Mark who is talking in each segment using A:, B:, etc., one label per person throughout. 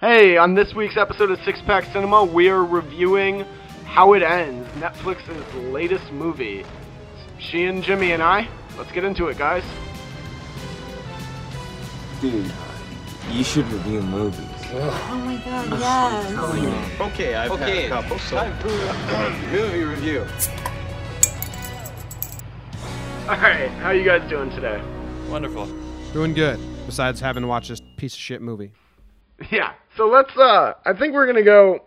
A: Hey, on this week's episode of Six Pack Cinema, we are reviewing How It Ends, Netflix's latest movie. She and Jimmy and I, let's get into it, guys.
B: Dude, you should review movies.
C: Oh my god, yes.
D: Okay, I've had a couple, so movie review.
A: Alright, how you guys doing today?
E: Wonderful.
F: Doing good. Besides having to watch this piece of shit movie.
A: Yeah, so let's, uh, I think we're gonna go.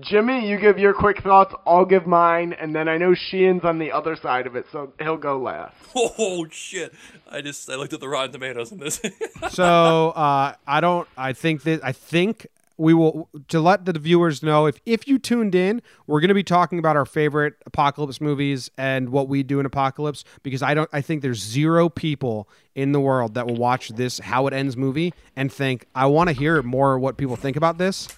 A: Jimmy, you give your quick thoughts, I'll give mine, and then I know Sheehan's on the other side of it, so he'll go last.
E: Oh shit! I just I looked at the Rotten Tomatoes on this.
F: So uh, I don't. I think that I think we will to let the viewers know if if you tuned in, we're going to be talking about our favorite apocalypse movies and what we do in apocalypse because I don't. I think there's zero people in the world that will watch this How It Ends movie and think I want to hear more what people think about this.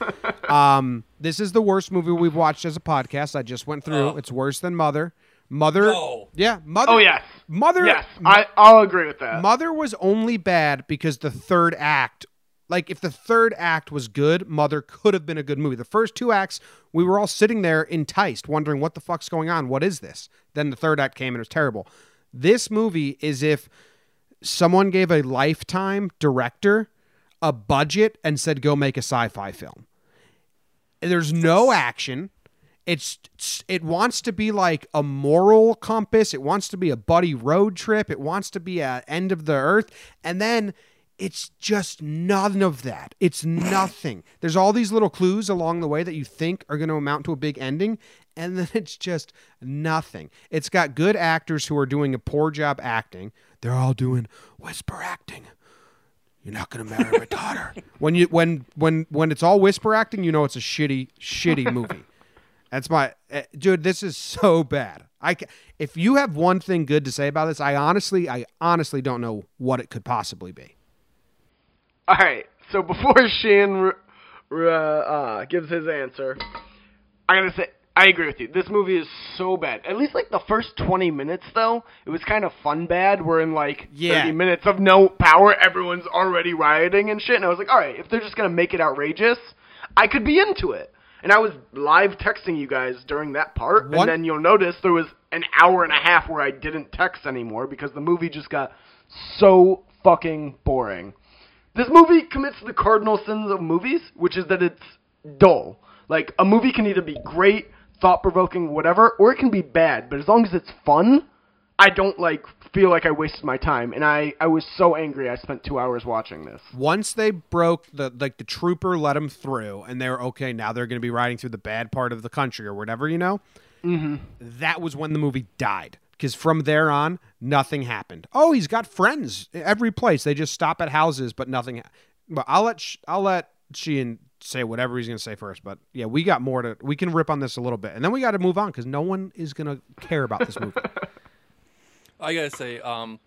F: Um, this is the worst movie we've watched as a podcast. I just went through. It's worse than Mother. Mother.
E: No.
F: Yeah. Mother.
A: Oh, yes.
F: Mother.
A: Yes, I, I'll agree with that.
F: Mother was only bad because the third act, like if the third act was good, Mother could have been a good movie. The first two acts, we were all sitting there enticed, wondering what the fuck's going on, what is this? Then the third act came and it was terrible. This movie is if someone gave a lifetime director a budget and said go make a sci-fi film. And There's no action. It's it's- it wants to be like a moral compass. It wants to be a buddy road trip. It wants to be a end of the earth. And then it's just none of that. It's nothing. There's all these little clues along the way that you think are going to amount to a big ending, and then it's just nothing. It's got good actors who are doing a poor job acting. They're all doing whisper acting you're not gonna marry my daughter. when you when when when it's all whisper acting, you know it's a shitty shitty movie. That's my eh, dude. This is so bad. I ca- if you have one thing good to say about this, I honestly I honestly don't know what it could possibly be.
A: All right. So before Shane r- r- uh, uh, gives his answer, I gotta say I agree with you. This movie is so bad. At least like the first twenty minutes, though, it was kind of fun bad. We're in like
F: Yeah.
A: thirty minutes of no power. Everyone's already rioting and shit. And I was like, all right, if they're just gonna make it outrageous, I could be into it. And I was live texting you guys during that part,
F: One-
A: and then you'll notice there was an hour and a half where I didn't text anymore because the movie just got so fucking boring. This movie commits the cardinal sins of movies, which is that it's dull. Like, a movie can either be great, thought provoking, whatever, or it can be bad, but as long as it's fun, I don't, like, feel like I wasted my time. And I, I was so angry I spent two hours watching this.
F: Once they broke the like the trooper let them through, and they were okay. Now they're gonna be riding through the bad part of the country or whatever you know. that was when the movie died because from there on nothing happened oh he's got friends every place they just stop at houses but nothing ha- but i'll let Sh- i'll let sheehan say whatever he's gonna say first but yeah we got more to we can rip on this a little bit and then we got to move on because no one is gonna care about this movie
E: I gotta say, um,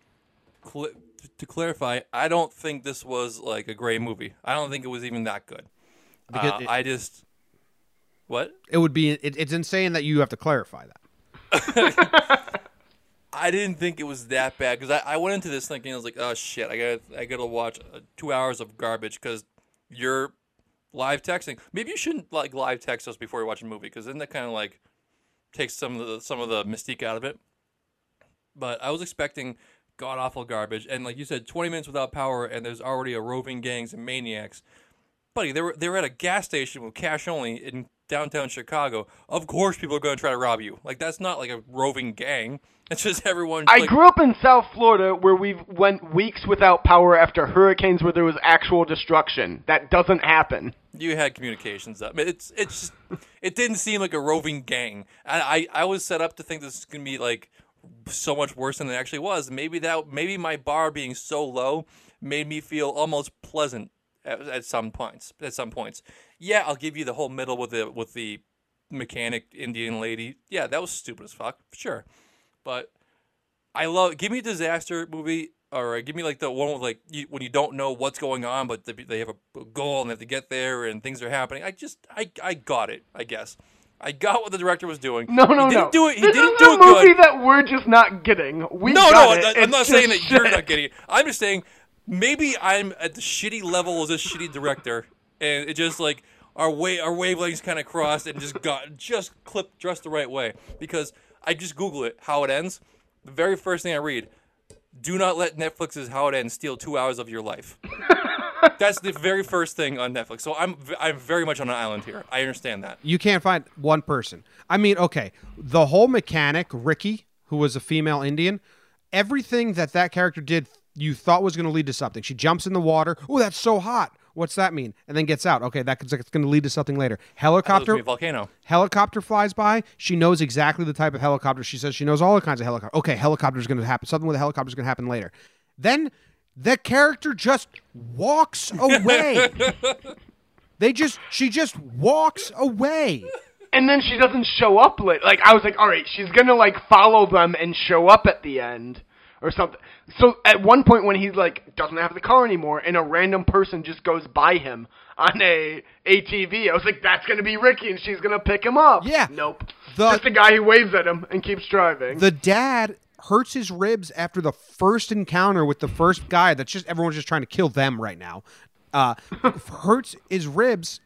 E: cl- to clarify, I don't think this was like a great movie. I don't think it was even that good. Uh,
F: because it,
E: I just what
F: it would be it, it's insane that you have to clarify that
E: I didn't think it was that bad because I, I went into this thinking I was like, oh shit, I gotta I gotta watch uh, two hours of garbage because you're live texting. Maybe you shouldn't like live text us before you watch a movie because then that kind of like takes some of the some of the mystique out of it. But I was expecting god awful garbage, and like you said, twenty minutes without power, and there's already a roving gangs and maniacs. Buddy, they were they were at a gas station with cash only in downtown Chicago. Of course, people are going to try to rob you. Like that's not like a roving gang. It's just everyone.
A: I
E: like,
A: grew up in South Florida where we've went weeks without power after hurricanes where there was actual destruction. That doesn't happen.
E: you had communications up. It's it's just, it didn't seem like a roving gang. I, I I was set up to think this is gonna be like so much worse than it actually was. Maybe that maybe my bar being so low made me feel almost pleasant at, at some points. At some points, yeah, I'll give you the whole middle with the with the mechanic Indian lady. Yeah, that was stupid as fuck. Sure, but I love give me a disaster movie or give me like the one with like you, when you don't know what's going on, but they, they have a goal and they have to get there and things are happening. I just I I got it. I guess I got what the director was doing.
A: No,
E: he
A: no,
E: didn't
A: no.
E: Do it. He
A: this
E: didn't
A: is
E: do
A: a
E: it
A: movie
E: good.
A: that we're just not getting. We
E: no, no,
A: got it.
E: I, am
A: It's
E: not saying that
A: just
E: you're
A: shit.
E: not getting it. I'm just saying maybe I'm at the shitty level as a shitty director and it just like our way our wavelengths kind of crossed and just got just clipped just the right way because I just Google it how it ends. The very first thing I read: Do not let Netflix's How It Ends steal two hours of your life. That's the very first thing on Netflix. So I'm I'm very much on an island here. I understand that.
F: You can't find one person. I mean, okay, the whole mechanic, Ricky, who was a female Indian, everything that that character did, you thought was going to lead to something. She jumps in the water. Oh, that's so hot. What's that mean? And then gets out. Okay, that's going to lead to something later.
E: That was
F: Helicopter
E: me, volcano.
F: helicopter flies by. She knows exactly the type of helicopter. She says she knows all the kinds of helicopter. Okay, helicopter's going to happen. Something with a helicopter's going to happen later. Then the character just walks away. they just she just walks away.
A: And then she doesn't show up late. Like I was like, all right, she's gonna like follow them and show up at the end or something. So at one point when he like doesn't have the car anymore and a random person just goes by him on a ATV, I was like, that's gonna be Ricky and she's gonna pick him up.
F: Yeah.
A: Nope.
F: The-
A: Just a guy who waves at him and keeps driving.
F: The dad hurts his ribs after the first encounter with the first guy that's just everyone's just trying to kill them right now. Uh, hurts his ribs,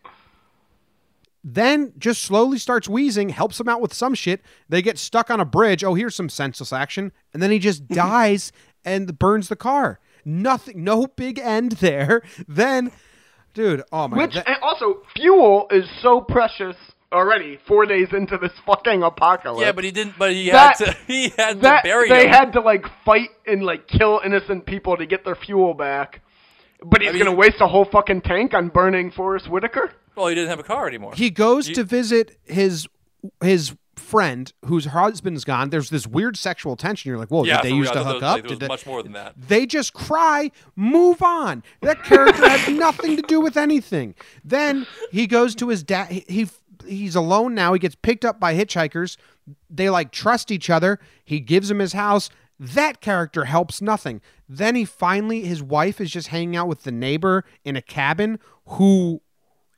F: then just slowly starts wheezing, helps him out with some shit. They get stuck on a bridge. Oh, here's some senseless action. And then he just dies and burns the car. Nothing, no big end there. Then, dude, oh my
A: Which
F: god.
A: and also fuel is so precious already. Four days into this fucking apocalypse.
E: Yeah, but he didn't. But he
A: That-
E: had to. He had
A: that
E: to bury
A: they
E: him.
A: had to like fight and like kill innocent people to get their fuel back. But he's
E: mean-
A: gonna waste a whole fucking tank on burning Forrest Whitaker.
E: well, he didn't have a car anymore.
F: he goes to visit his his friend whose husband's gone. There's this weird sexual tension. You're like, whoa,
E: yeah,
F: did
E: for
F: they used
E: real,
F: to
E: I thought
F: hook
E: there was-
F: up?
E: There
F: Did
E: was
F: they,
E: much more than that.
F: they just cry, move on. That character had nothing to do with anything. Then he goes to his dad. He, he he's alone now. He gets picked up by hitchhikers. They like trust each other. He gives him his house. That character helps nothing. Then he finally, his wife is just hanging out with the neighbor in a cabin who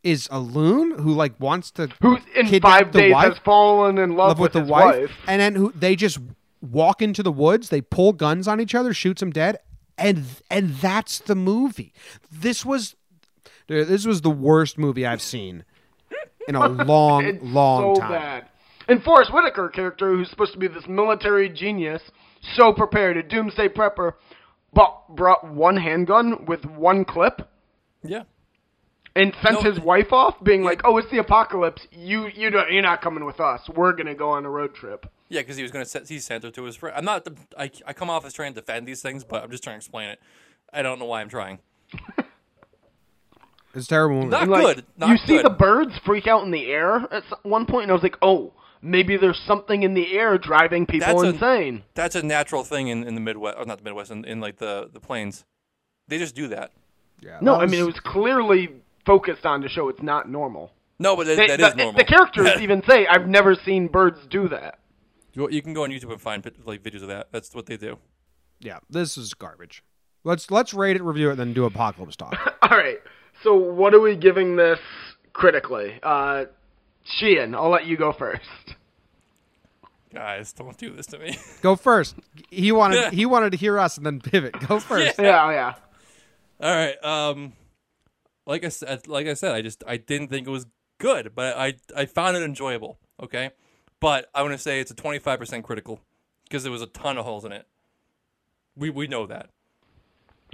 F: is a loon who like wants to
A: Who in
F: kidnap
A: five
F: the
A: days
F: wife
A: has fallen in love,
F: love with,
A: his
F: the wife, and then who they just walk into the woods they pull guns on each other shoots them dead and and that's the movie this was dude, this was the worst movie i've seen in a long
A: It's
F: long
A: so
F: time
A: bad. And Forrest Whitaker character, who's supposed to be this military genius, so prepared, a doomsday prepper, but brought one handgun with one clip.
E: yeah.
A: and sent
E: No.
A: his wife off, being like, "Oh, it's the apocalypse. You you don't, you're not coming with us. We're gonna go on a road trip."
E: Yeah, because he was gonna set, he sent her to his friend. I'm not. The, I I come off as trying to defend these things, but I'm just trying to explain it. I don't know why I'm trying.
F: it's a terrible movie
E: Not
A: And, like,
E: good. Not
A: you see
E: good.
A: the birds freak out in the air at s- one point, and I was like, "Oh, maybe there's something in the air driving people
E: That's a-
A: insane."
E: That's a natural thing in, in the Midwest, or not the Midwest, in, in like the the plains. They just do that.
A: no, I mean it was clearly focused on to show it's not normal.
E: No, but it,
A: They,
E: that
A: the,
E: is normal.
A: the characters even say, "I've never seen birds do that."
E: You, you can go on YouTube and find pit- like videos of that. That's what they do.
F: yeah this is garbage let's let's rate it review it then do apocalypse talk
A: All right, so what are we giving this critically? Uh, Sheehan, I'll let you go first.
E: Guys, don't do this to me.
F: go first he wanted he wanted to hear us and then pivot go first
A: Yeah, yeah.
E: All right. Um, like I said, like I said, I just I didn't think it was good, but I I found it enjoyable. Okay, but I want to say it's a twenty five percent critical because there was a ton of holes in it. We we know that.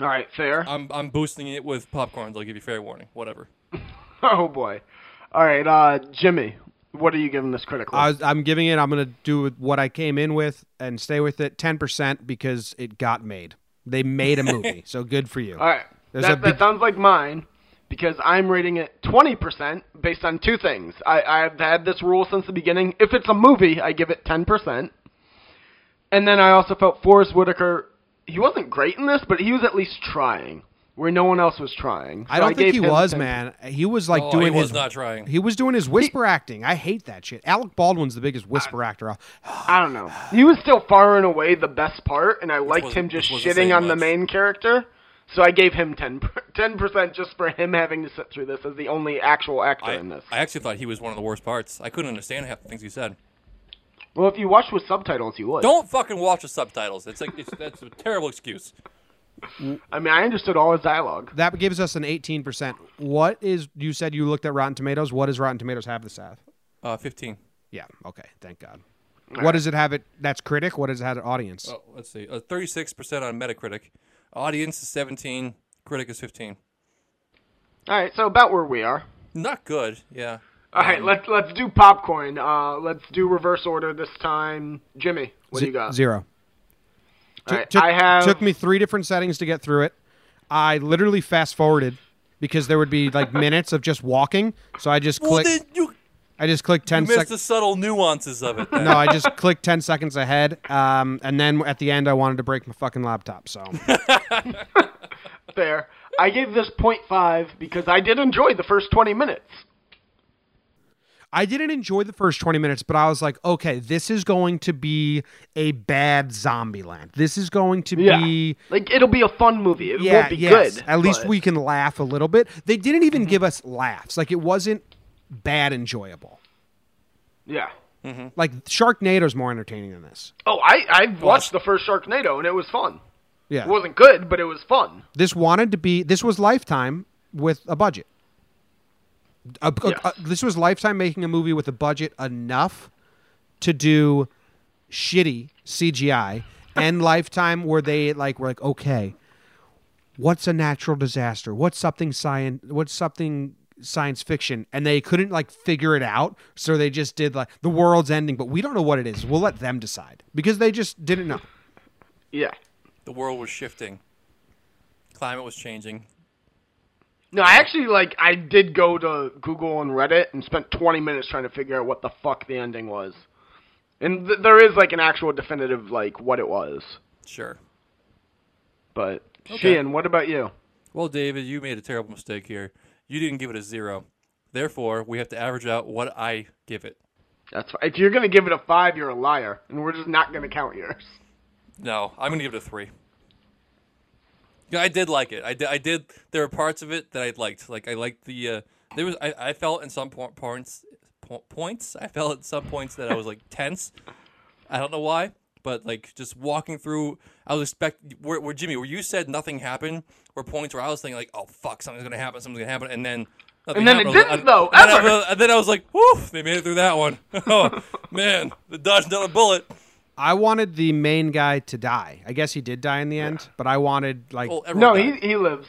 A: All right, fair.
E: I'm I'm boosting it with popcorns. I'll give you fair warning. Whatever.
A: Oh boy. All right, uh, Jimmy, what are you giving this critical?
F: I was, I'm giving it. I'm going to do what I came in with and stay with it. Ten percent because it got made. They made a movie, so good for you.
A: All right,
F: There's
A: that,
F: a
A: that
F: big-
A: sounds like mine because I'm rating it 20% based on two things. I, I've had this rule since the beginning. If it's a movie, I give it 10%. And then I also felt Forrest Whitaker. He wasn't great in this, but he was at least trying where no one else was trying.
F: I
A: So
F: don't think
A: gave
F: he
A: him
F: was,
A: 10%.
F: man. He was like
E: Oh,
F: doing
E: he was
F: his.
E: not trying.
F: He was doing his whisper acting. I hate that shit. Alec Baldwin's the biggest whisper actor.
A: I don't know. He was still far and away the best part, and I liked
E: wasn't-
A: him
E: which
A: just
E: wasn't
A: shitting
E: saying
A: on the
E: much.
A: main character. So I gave him 10 percent just for him having to sit through this as the only actual actor
E: I,
A: in this.
E: I actually thought he was one of the worst parts. I couldn't understand half the things he said.
A: well, if you watched with subtitles, you would.
E: Don't fucking watch the subtitles. It's like it's, that's a terrible excuse.
A: I mean, I understood all his dialogue.
F: That gives us an 18%. What is, you said you looked at Rotten Tomatoes. What does Rotten Tomatoes have this at?
E: Uh, 15.
F: Yeah. Okay. Thank God. what does it have it? That's critic. What does it have at audience?
E: Oh, let's see. Uh, 36% on Metacritic. Audience is 17. Critic is 15.
A: All right, so about where we are.
E: Not good. Yeah.
A: All
F: Um,
A: right, let's let's do popcorn. Uh, let's do reverse order this time. Jimmy, what do you got?
F: Zero.
A: All right,
F: Took-
A: I have.
F: took me three different settings to get through it. I literally fast forwarded because there would be like minutes of just walking. So I just
E: Well,
F: click.
E: then you
F: I just clicked ten
E: missed
F: seconds.
E: the subtle nuances of it. Then.
F: No, I just clicked ten seconds ahead. Um, and then at the end, I wanted to break my fucking laptop. So
A: Fair. I gave this 0.5 because I did enjoy the first 20 minutes.
F: I didn't enjoy the first 20 minutes, but I was like, okay, this is going to be a bad zombie land. This is going to
A: Yeah.
F: be
A: Like, it'll be a fun movie. It
F: yeah,
A: will be
F: yes.
A: good.
F: At least
A: but- Mm-hmm.
F: we can laugh a little bit. They didn't even give us laughs. Like it wasn't bad enjoyable.
A: Yeah.
F: Like Sharknado's more entertaining than this.
A: Oh, I, I watched the first Sharknado, and it was fun.
F: Yeah.
A: It wasn't good, but it was fun.
F: this wanted to be this was lifetime with a budget A- a-
A: Yes.
F: a- this was lifetime making a movie with a budget enough to do shitty cgi and lifetime where they like were like okay what's a natural disaster what's something science what's something science fiction and they couldn't like figure it out so they just did like the world's ending but we don't know what it is we'll let them decide because they just didn't know
A: Yeah.
E: the world was shifting. Climate was changing.
A: No, I actually, like, I did go to Google and Reddit and spent 20 minutes trying to figure out what the fuck the ending was. And th- there is, like, an actual definitive, like, what it was.
E: Sure.
A: But, Sheehan, what about you?
E: Well, David, you made a terrible mistake here. You didn't give it a zero. Therefore, we have to average out what I give it.
A: That's fi- If you're going to give it a five, you're a liar. And we're just not going to count yours.
E: No, I'm gonna give it a three. Yeah, I did like it. I did. I did. There were parts of it that I liked. Like I liked the. Uh, there was. I, I felt in some po- points. Po- points. I felt at some points that I was like tense. I don't know why, but like just walking through, I was expect where, where Jimmy, where you said nothing happened, were points where I was thinking like, oh fuck, something's gonna happen, something's gonna happen, and then.
A: And
E: nothing
A: then it
E: happened. I was
A: didn't,
E: I-
A: though,
E: and then I
A: ever.
E: was- and then I was like, "Whew, they made it through that one. Oh man, the dodge another bullet."
F: I wanted the main guy to die. I guess he did die in the end, but I wanted like
E: Well, everyone
A: No,
E: died.
A: he, he lives.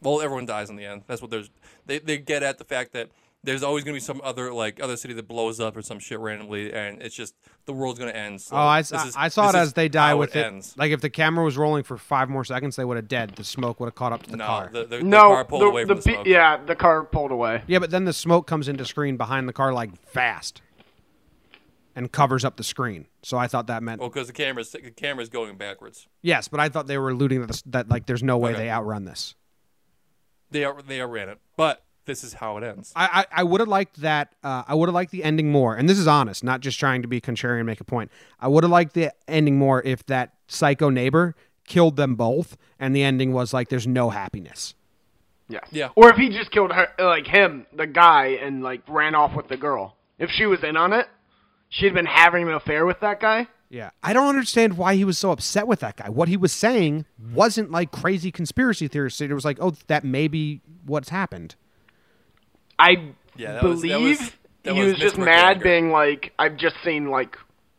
E: well, everyone dies in the end. That's what there's. They, they get at the fact that there's always gonna be some other like other city that blows up or some shit randomly, and it's just the world's gonna end. So
F: oh, I,
E: this is-
F: I saw it
E: this is
F: as they die
E: how
F: with it.
E: Ends.
F: Like if the camera was rolling for five more seconds, they would have dead. The smoke would have caught up to the
E: No,
F: car.
E: the, the,
A: No,
E: the car pulled away from the,
A: be-
E: smoke.
A: yeah, the car pulled away.
F: yeah, but then the smoke comes into screen behind the car like fast, and covers up the screen. So I thought that meant
E: Well, because the camera's the camera's going backwards.
F: yes, but I thought they were alluding to this, that like there's no way
E: Okay.
F: they outrun this.
E: They are, they outran it, but this is how it ends.
F: I, I, I would have liked that. Uh, I would have liked the ending more. And this is honest, not just trying to be contrarian and make a point. I would have liked the ending more if that psycho neighbor killed them both, and the ending was like, "There's no happiness."
A: Yeah.
E: Yeah.
A: Or if he just killed her, like him, the guy, and like ran off with the girl. If she was in on it, she'd been having an affair with that guy.
F: Yeah, I don't understand why he was so upset with that guy. What he was saying wasn't like crazy conspiracy theorist. It was like, "Oh, that may be what's happened."
A: I
E: Yeah, that was-
A: believe
E: that was- that
A: he
E: was
A: was,
E: Miss
A: just mad,
E: McGregor.
A: being like, "I've just seen like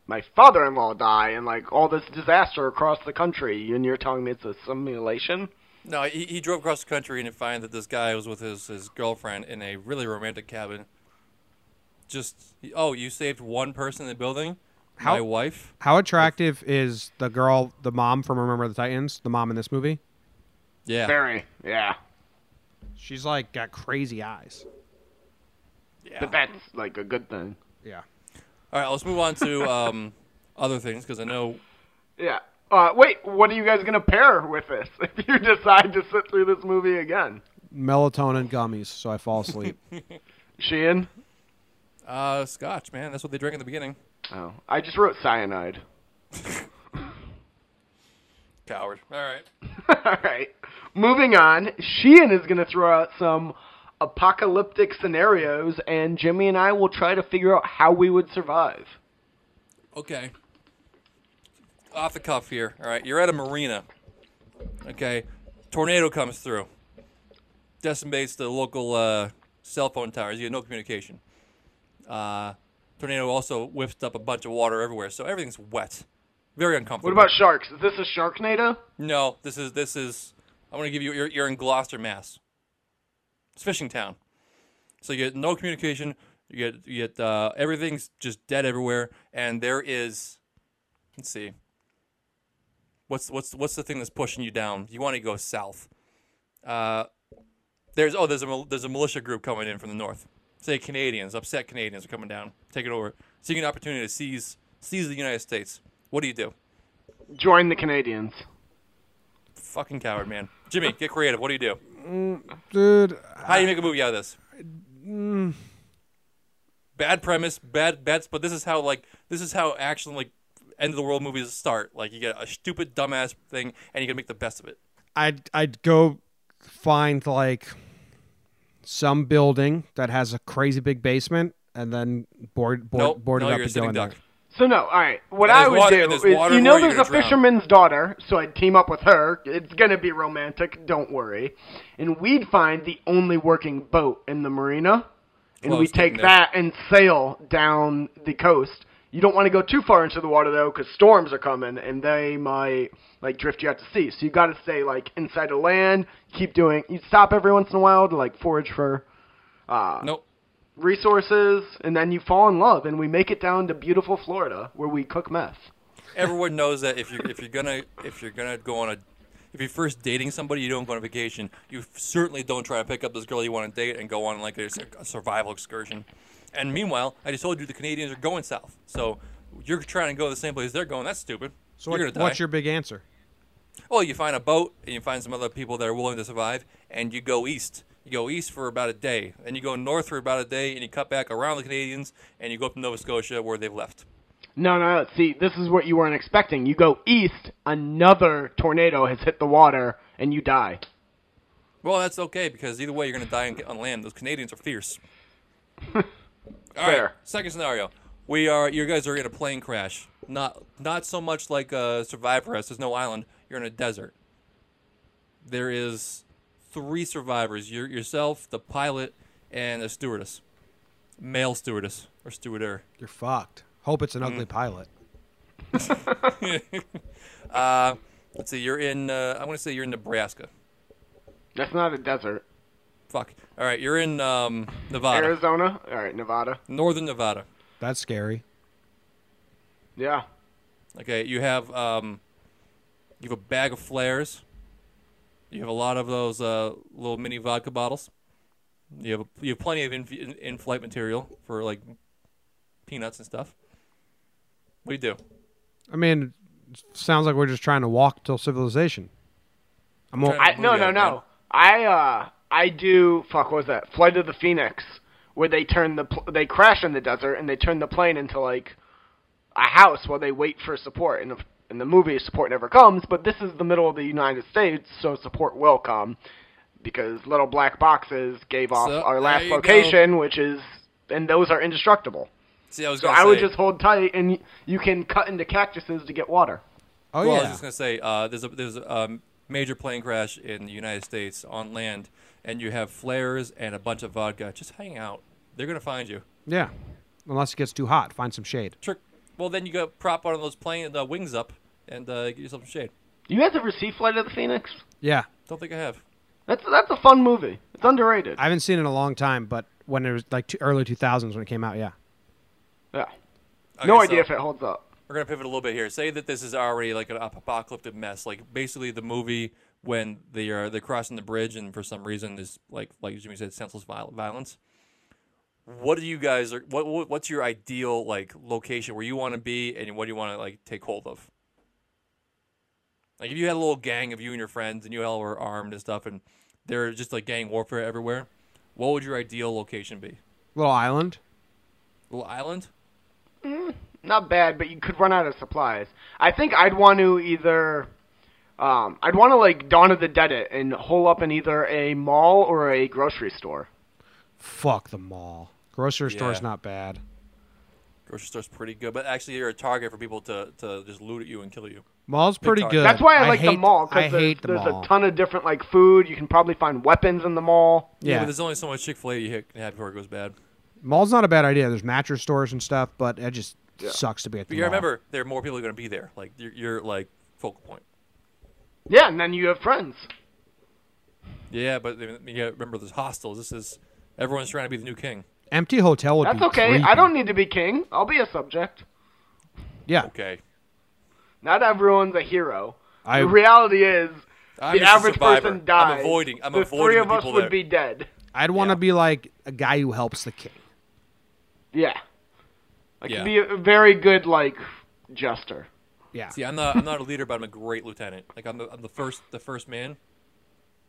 A: my father-in-law die, and like all this disaster across the country, and you're telling me it's a simulation."
E: No, he, he drove across the country and found that this guy was with his, his girlfriend in a really romantic cabin. Just oh, you saved one person in the building.
F: How-
E: My wife.
F: How attractive is the girl, the mom from Remember the Titans, the mom in this movie?
E: Yeah.
A: Very, yeah.
F: She's like got crazy eyes.
E: yeah.
A: But that's like a good thing.
F: Yeah.
E: All right, let's move on to um, other things because I know
A: Yeah. Uh, wait, what are you guys gonna pair with this if you decide to sit through this movie again?
F: Melatonin gummies, so I fall asleep.
A: Sheehan?
E: uh, scotch, man. That's what they drink at the beginning.
A: Oh, I just wrote cyanide.
E: Coward. All right.
A: All right. Moving on, Sheehan is going to throw out some apocalyptic scenarios, and Jimmy and I will try to figure out how we would survive.
E: Okay. Off the cuff here. All right, you're at a marina. Okay, tornado comes through, decimates the local uh, cell phone towers. You have no communication. Uh, tornado also whiffed up a bunch of water everywhere, so everything's wet. Very uncomfortable.
A: What about sharks? Is this a Sharknado?
E: No, this is this is. I'm gonna give you. You're, you're in Gloucester, Mass. It's fishing town, so you get no communication. You get you get uh, everything's just dead everywhere, and there is. Let's see. What's what's what's the thing that's pushing you down? You want to go south. Uh, there's oh there's a mil- there's a militia group coming in from the north. Say Canadians, upset Canadians are coming down, taking over, seeking an opportunity to seize seize the United States. What do you do?
A: Join the Canadians.
E: Fucking coward, man. Jimmy, get creative. What do you do?
F: Dude,
E: How do you make a movie out of this?
F: Mm.
E: Bad premise, bad bets, but this is how like this is how action like end of the world movies start. Like you get a stupid dumbass thing and you can make the best of it.
F: I'd I'd go find like some building that has a crazy big basement and then board board
E: nope,
F: board
E: no,
F: it up
E: you're a
F: and go
E: sitting
F: in there.
E: duck.
A: So no, all right. What
E: And
A: I
E: there's
A: would
E: water- and
A: do
E: there's
A: is,
E: water
A: you
E: where
A: know,
E: you're
A: there's a
E: gonna drown.
A: fisherman's daughter, so I'd team up with her. It's gonna be romantic, don't worry. And we'd find the only working boat in the marina, and
E: Close,
A: we take
E: didn't it?
A: that and sail down the coast. You don't want to go too far into the water though, 'cause storms are coming and they might like drift you out to sea. So you got to stay like inside of land. Keep doing. You stop every once in a while to like forage for
E: Nope.
A: resources, and then you fall in love. And we make it down to beautiful Florida where we cook meth.
E: Everyone knows that if you if you're gonna if you're gonna go on a if you're first dating somebody you don't go on a vacation, you certainly don't try to pick up this girl you want to date and go on like a, a survival excursion. And meanwhile, I just told you the Canadians are going south, so you're trying to go the same place they're going. That's stupid. you're
F: So what,
E: gonna die.
F: what's your big answer?
E: Well, you find a boat and you find some other people that are willing to survive, and you go east. You go east for about a day, then you go north for about a day, and you cut back around the Canadians, and you go up to Nova Scotia where they've left.
A: No, no, no. See, this is what you weren't expecting. You go east, another tornado has hit the water, and you die.
E: Well, that's okay because either way, you're going to die on- on land. Those Canadians are fierce. All right.
A: Fair.
E: Second scenario: we are you guys are in a plane crash. Not not so much like uh, Survivor as there's no island. You're in a desert. There is three survivors: you yourself, the pilot, and a stewardess, male stewardess or stewarder.
F: You're fucked. Hope it's an ugly pilot.
E: Uh, let's see. You're in. Uh, I want to say you're in Nebraska.
A: That's not a desert.
E: Fuck. All right. You're in um, Nevada,
A: Arizona? All right, Nevada.
E: northern Nevada.
F: That's scary.
A: Yeah.
E: Okay, you have um, you have a bag of flares. You have a lot of those uh, little mini vodka bottles. You have you have plenty of in, in, in-flight material for like peanuts and stuff. What do you do?
F: I mean, it sounds like we're just trying to walk till civilization. I'm all,
E: Trying
A: I, no,
E: Movie
A: no,
E: out, man.
A: no. I uh, I do. Fuck, what was that? Flight of the Phoenix, where they turn the pl- they crash in the desert and they turn the plane into like a house while they wait for support. And in the movie, support never comes. But this is the middle of the United States, so support will come because little black boxes gave off
E: So,
A: our
E: there
A: last
E: you go.
A: location, which is and those are indestructible.
E: See, I was
A: So
E: gonna
A: I would
E: say-
A: just hold tight, and y- you can cut into cactuses to get water.
F: oh
E: Well, I was
F: yeah.
E: just gonna say, uh, there's a there's a um, major plane crash in the United States on land, and you have flares and a bunch of vodka. Just hang out. They're gonna find you.
F: yeah. Unless it gets too hot, find some shade.
E: Trick. Well, then you go prop one of those plane uh, wings up and uh, get yourself some shade.
A: You guys ever see Flight of the Phoenix?
F: Yeah.
E: Don't think I have.
A: That's that's a fun movie. It's underrated.
F: I haven't seen it in a long time, but when it was like two, early 2000s when it came out, yeah.
A: yeah.
E: Okay,
A: No
E: so-
A: idea if it holds up.
E: we're gonna pivot a little bit here. Say that this is already like an ap- apocalyptic mess, like basically the movie when they are they're crossing the bridge and for some reason there's like like Jimmy said senseless viol- violence. What do you guys are what what- what's your ideal like location where you want to be and what do you want to like take hold of? Like if you had a little gang of you and your friends and you all were armed and stuff and there's just like gang warfare everywhere, what would your ideal location be?
F: Little island.
E: Little island?
A: Not bad, but you could run out of supplies. I think I'd want to either um I'd want to like Dawn of the Dead it and hole up in either a mall or a grocery store.
F: Fuck the mall. Grocery store's
E: Yeah.
F: not bad.
E: Grocery store's pretty good, but actually you're a target for people to, to just loot at you and kill you.
F: Mall's pretty
E: time.
F: good.
A: That's why I, like the
F: hate-
A: mall
F: I
A: because there's,
F: hate the
A: there's
F: mall.
A: a ton of different like food. You can probably find weapons in the mall.
E: Yeah, but
F: Yeah,
E: there's only so much Chick Fil A you hit- have before it goes bad.
F: mall's not a bad idea. There's mattress stores and stuff, but it just sucks to be at the
E: But you
F: mall.
E: remember, there are more people going to be there. Like you're, you're like focal point.
A: Yeah, and then you have friends.
E: Yeah, but I mean, you gotta remember, there's hostels. This is everyone's trying to be the new king.
F: Empty hotel would
A: That's
F: be
A: okay.
F: creepy.
A: I don't need to be king. I'll be a subject.
F: Yeah,
E: Okay,
A: Not everyone's a hero.
F: I
A: the reality is,
E: I'm
A: the
E: just a
A: average
E: survivor.
A: person
E: I'm
A: dies.
E: avoiding- I'm
A: the
E: avoiding
A: three
E: the
A: of us
E: people
A: would
E: that-
A: be dead.
F: I'd want to
E: Yeah.
F: be like a guy who helps the king.
A: Yeah. I
E: Yeah.
A: could be a very good like jester.
F: Yeah,
E: see, I'm not I'm not a leader, but I'm a great lieutenant. Like I'm the, I'm the first the first man.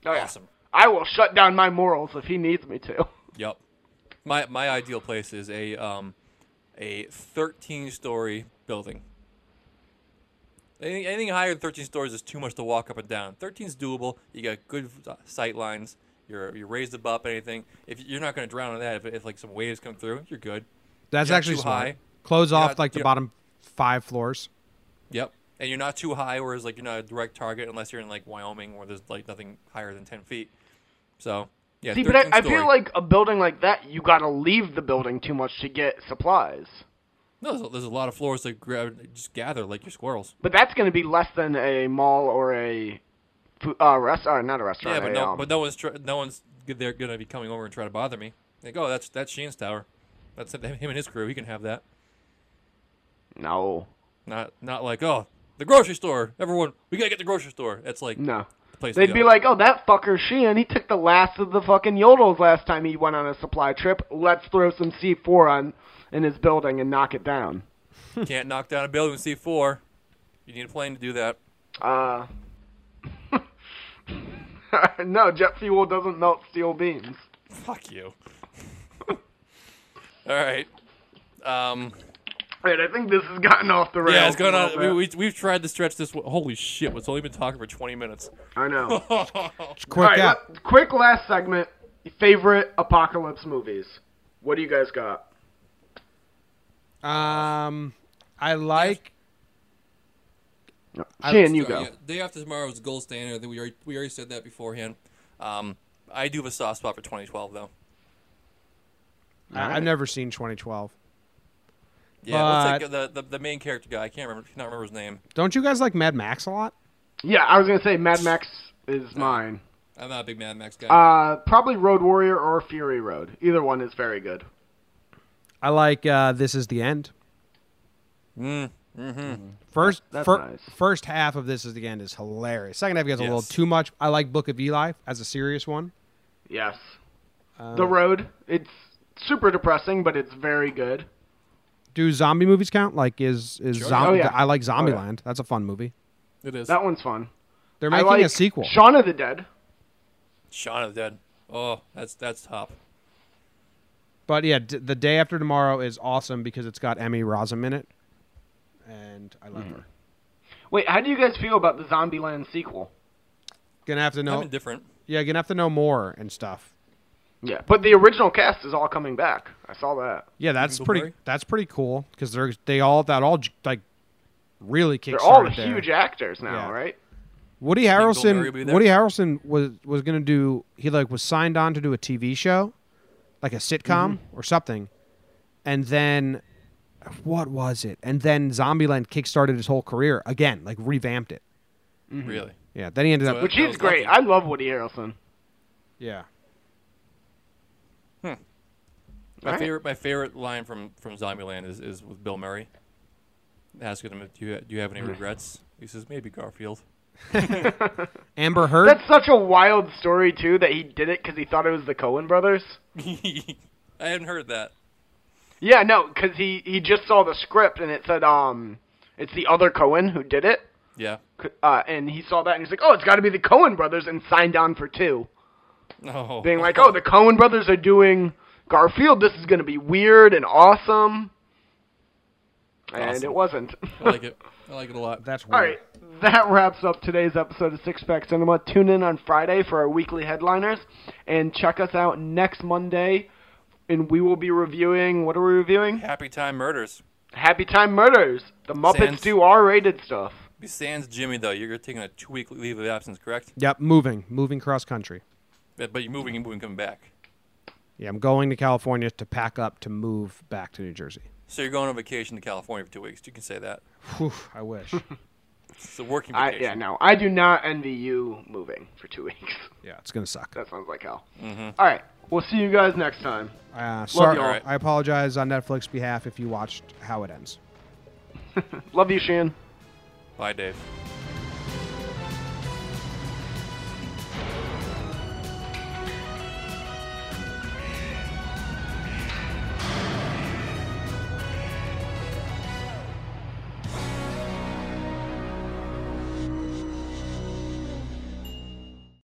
A: Oh, yeah.
E: Awesome.
A: I will shut down my morals if he needs me to.
E: Yep. My my ideal place is a um a 13 story building. Anything, anything higher than 13 stories is too much to walk up and down. 13 is doable. You got good uh, sight lines. You're you're raised above anything. If you're not going to drown in that, if, if like some waves come through, you're good.
F: that's
E: You're not
F: actually
E: too
F: smart.
E: high.
F: Close
E: You're
F: off
E: not-
F: like the
E: you're-
F: bottom five floors.
E: Yep. And you're not too high, whereas like you're not a direct target unless you're in like Wyoming, where there's like nothing higher than 10 feet. So yeah,
A: See,
E: 13
A: but I, I feel
E: story.
A: like a building like that, you gotta leave the building too much to get supplies.
E: no, there's a, there's a lot of floors to grab, just gather like your squirrels.
A: But that's gonna be less than a mall or a fu- uh, restaurant, not a restaurant.
E: Yeah, but
A: a,
E: no,
A: um,
E: but no one's tr- no one's g- they're gonna be coming over and trying to bother me. They go, oh, that's that's Sheen's tower. That's him him and his crew. He can have that.
A: no,
E: Not not like oh, the grocery store. Everyone, we gotta get the grocery store. That's like
A: no.
E: the place. to
A: They'd be
E: go.
A: like, "Oh, that fucker Sheehan, he took the last of the fucking yodels last time he went on a supply trip. Let's throw some C4 on in his building and knock it down."
E: can't knock down a building with C four. You need a plane to do that.
A: Uh, no, jet fuel doesn't melt steel beams.
E: Fuck you. All right. Um.
A: Wait, I think this has gotten off the rails.
E: Yeah, it's going
A: a little
E: on. We,
A: bit.
E: we, we've tried to stretch this. w- Holy shit! We've only been talking for 20 minutes.
A: I know.
F: It's
A: All
F: quick
A: right,
F: out.
A: let- quick last segment. Favorite apocalypse movies. What do you guys got?
F: Um, I like.
A: Sheehan, you go.
E: Sorry, yeah, day after tomorrow is the gold standard. I think we already we already said that beforehand. Um, I do have a soft spot for 2012 though.
F: I- I've never seen 2012.
E: Yeah, what's
F: But-
E: that- the, the the main character guy. I can't remember. Cannot remember his name.
F: Don't you guys like Mad Max a lot?
A: Yeah, I was gonna say Mad Max is mine.
E: I'm not a big Mad Max guy.
A: Uh, probably Road Warrior or Fury Road. Either one is very good.
F: I like uh, This Is the End.
E: mm,
F: First,
A: Mm-hmm. That's
F: fir-
A: nice.
F: first half of This Is the End is hilarious. Second half gets a little
E: Yes.
F: too much. I like Book of Eli as a serious one.
A: Yes.
F: Uh,
A: the Road. It's super depressing, but it's very good.
F: Do zombie movies count? Like, is is zombie?
A: Oh, yeah.
F: I like Zombieland.
A: yeah.
F: That's a fun movie.
E: it is
A: That one's fun.
F: They're making
A: I like
F: a sequel.
A: Shaun of the Dead.
E: Shaun of the Dead. Oh, that's that's top.
F: But yeah, d- the day after tomorrow is awesome because it's got Emmy Rossum in it, and I
E: Mm-hmm.
F: love her.
A: Wait, how do you guys feel about the Zombieland sequel?
F: Gonna have to
E: I'm
F: know.
E: indifferent.
F: Yeah, gonna have to know more and stuff.
A: Yeah, but the original cast is all coming back. I saw that.
F: Yeah, that's
E: Bill
F: pretty.
E: Murray?
F: That's pretty cool because they're they all that all j- like really kickstarted
A: They're all
F: there.
A: huge actors now,
F: Yeah.
A: right?
F: Woody
E: Bill Murray will be
F: Harrelson.
E: there?
F: Woody Harrelson was was gonna do. He like was signed on to do a TV show, like a sitcom
E: Mm-hmm.
F: or something, and then what was it? And then Zombieland kickstarted his whole career again, like revamped it.
E: Really.
F: Yeah, then he ended
E: So
F: up.
E: that-
A: Which is
E: was
A: great.
E: lucky.
A: I love Woody Harrelson.
F: yeah.
E: My
A: Alright.
E: favorite my favorite line from from Zombieland is, is with Bill Murray. Asking him, do you, do you have any regrets? He says, maybe Garfield.
F: Amber Heard.
A: That's such a wild story too that he did it because he thought it was the Cohen brothers.
E: I hadn't heard that.
A: Yeah, no, because he he just saw the script and it said um, it's the other Cohen who did it,
E: Yeah.
A: C- uh, and he saw that and he's like, oh, it's got to be the Cohen brothers, and signed on for two,
E: No.
A: being like, oh, the Cohen brothers are doing Garfield. This is gonna be weird and awesome. And
E: Awesome.
A: it wasn't.
E: I like it. I like it a lot.
F: That's weird.
A: All right, that wraps up today's episode of Six Pack Cinema. Tune in on Friday for our weekly headliners, and check us out next Monday. And we will be reviewing. What are we reviewing?
E: Happy Time Murders.
A: Happy Time Murders. The Muppets
E: Sans-
A: do R-rated stuff.
E: Sans Jimmy, though, you're taking a two week leave of absence, correct?
F: Yep, moving, moving cross country.
E: But, but you're moving and moving, coming back.
F: Yeah, I'm going to California to pack up to move back to New Jersey.
E: So you're going on vacation to California for two weeks. You can say that.
F: Whew, I wish.
E: It's a working
A: I,
E: vacation.
A: yeah, no, I do not envy you moving for two weeks.
F: yeah, it's gonna suck.
A: That sounds like hell.
E: Mm-hmm.
A: All right, we'll see you guys next time.
F: Uh, sorry,
A: y'all.
F: I apologize on Netflix behalf if you watched how it ends.
A: Love you, Shan.
E: Bye, Dave.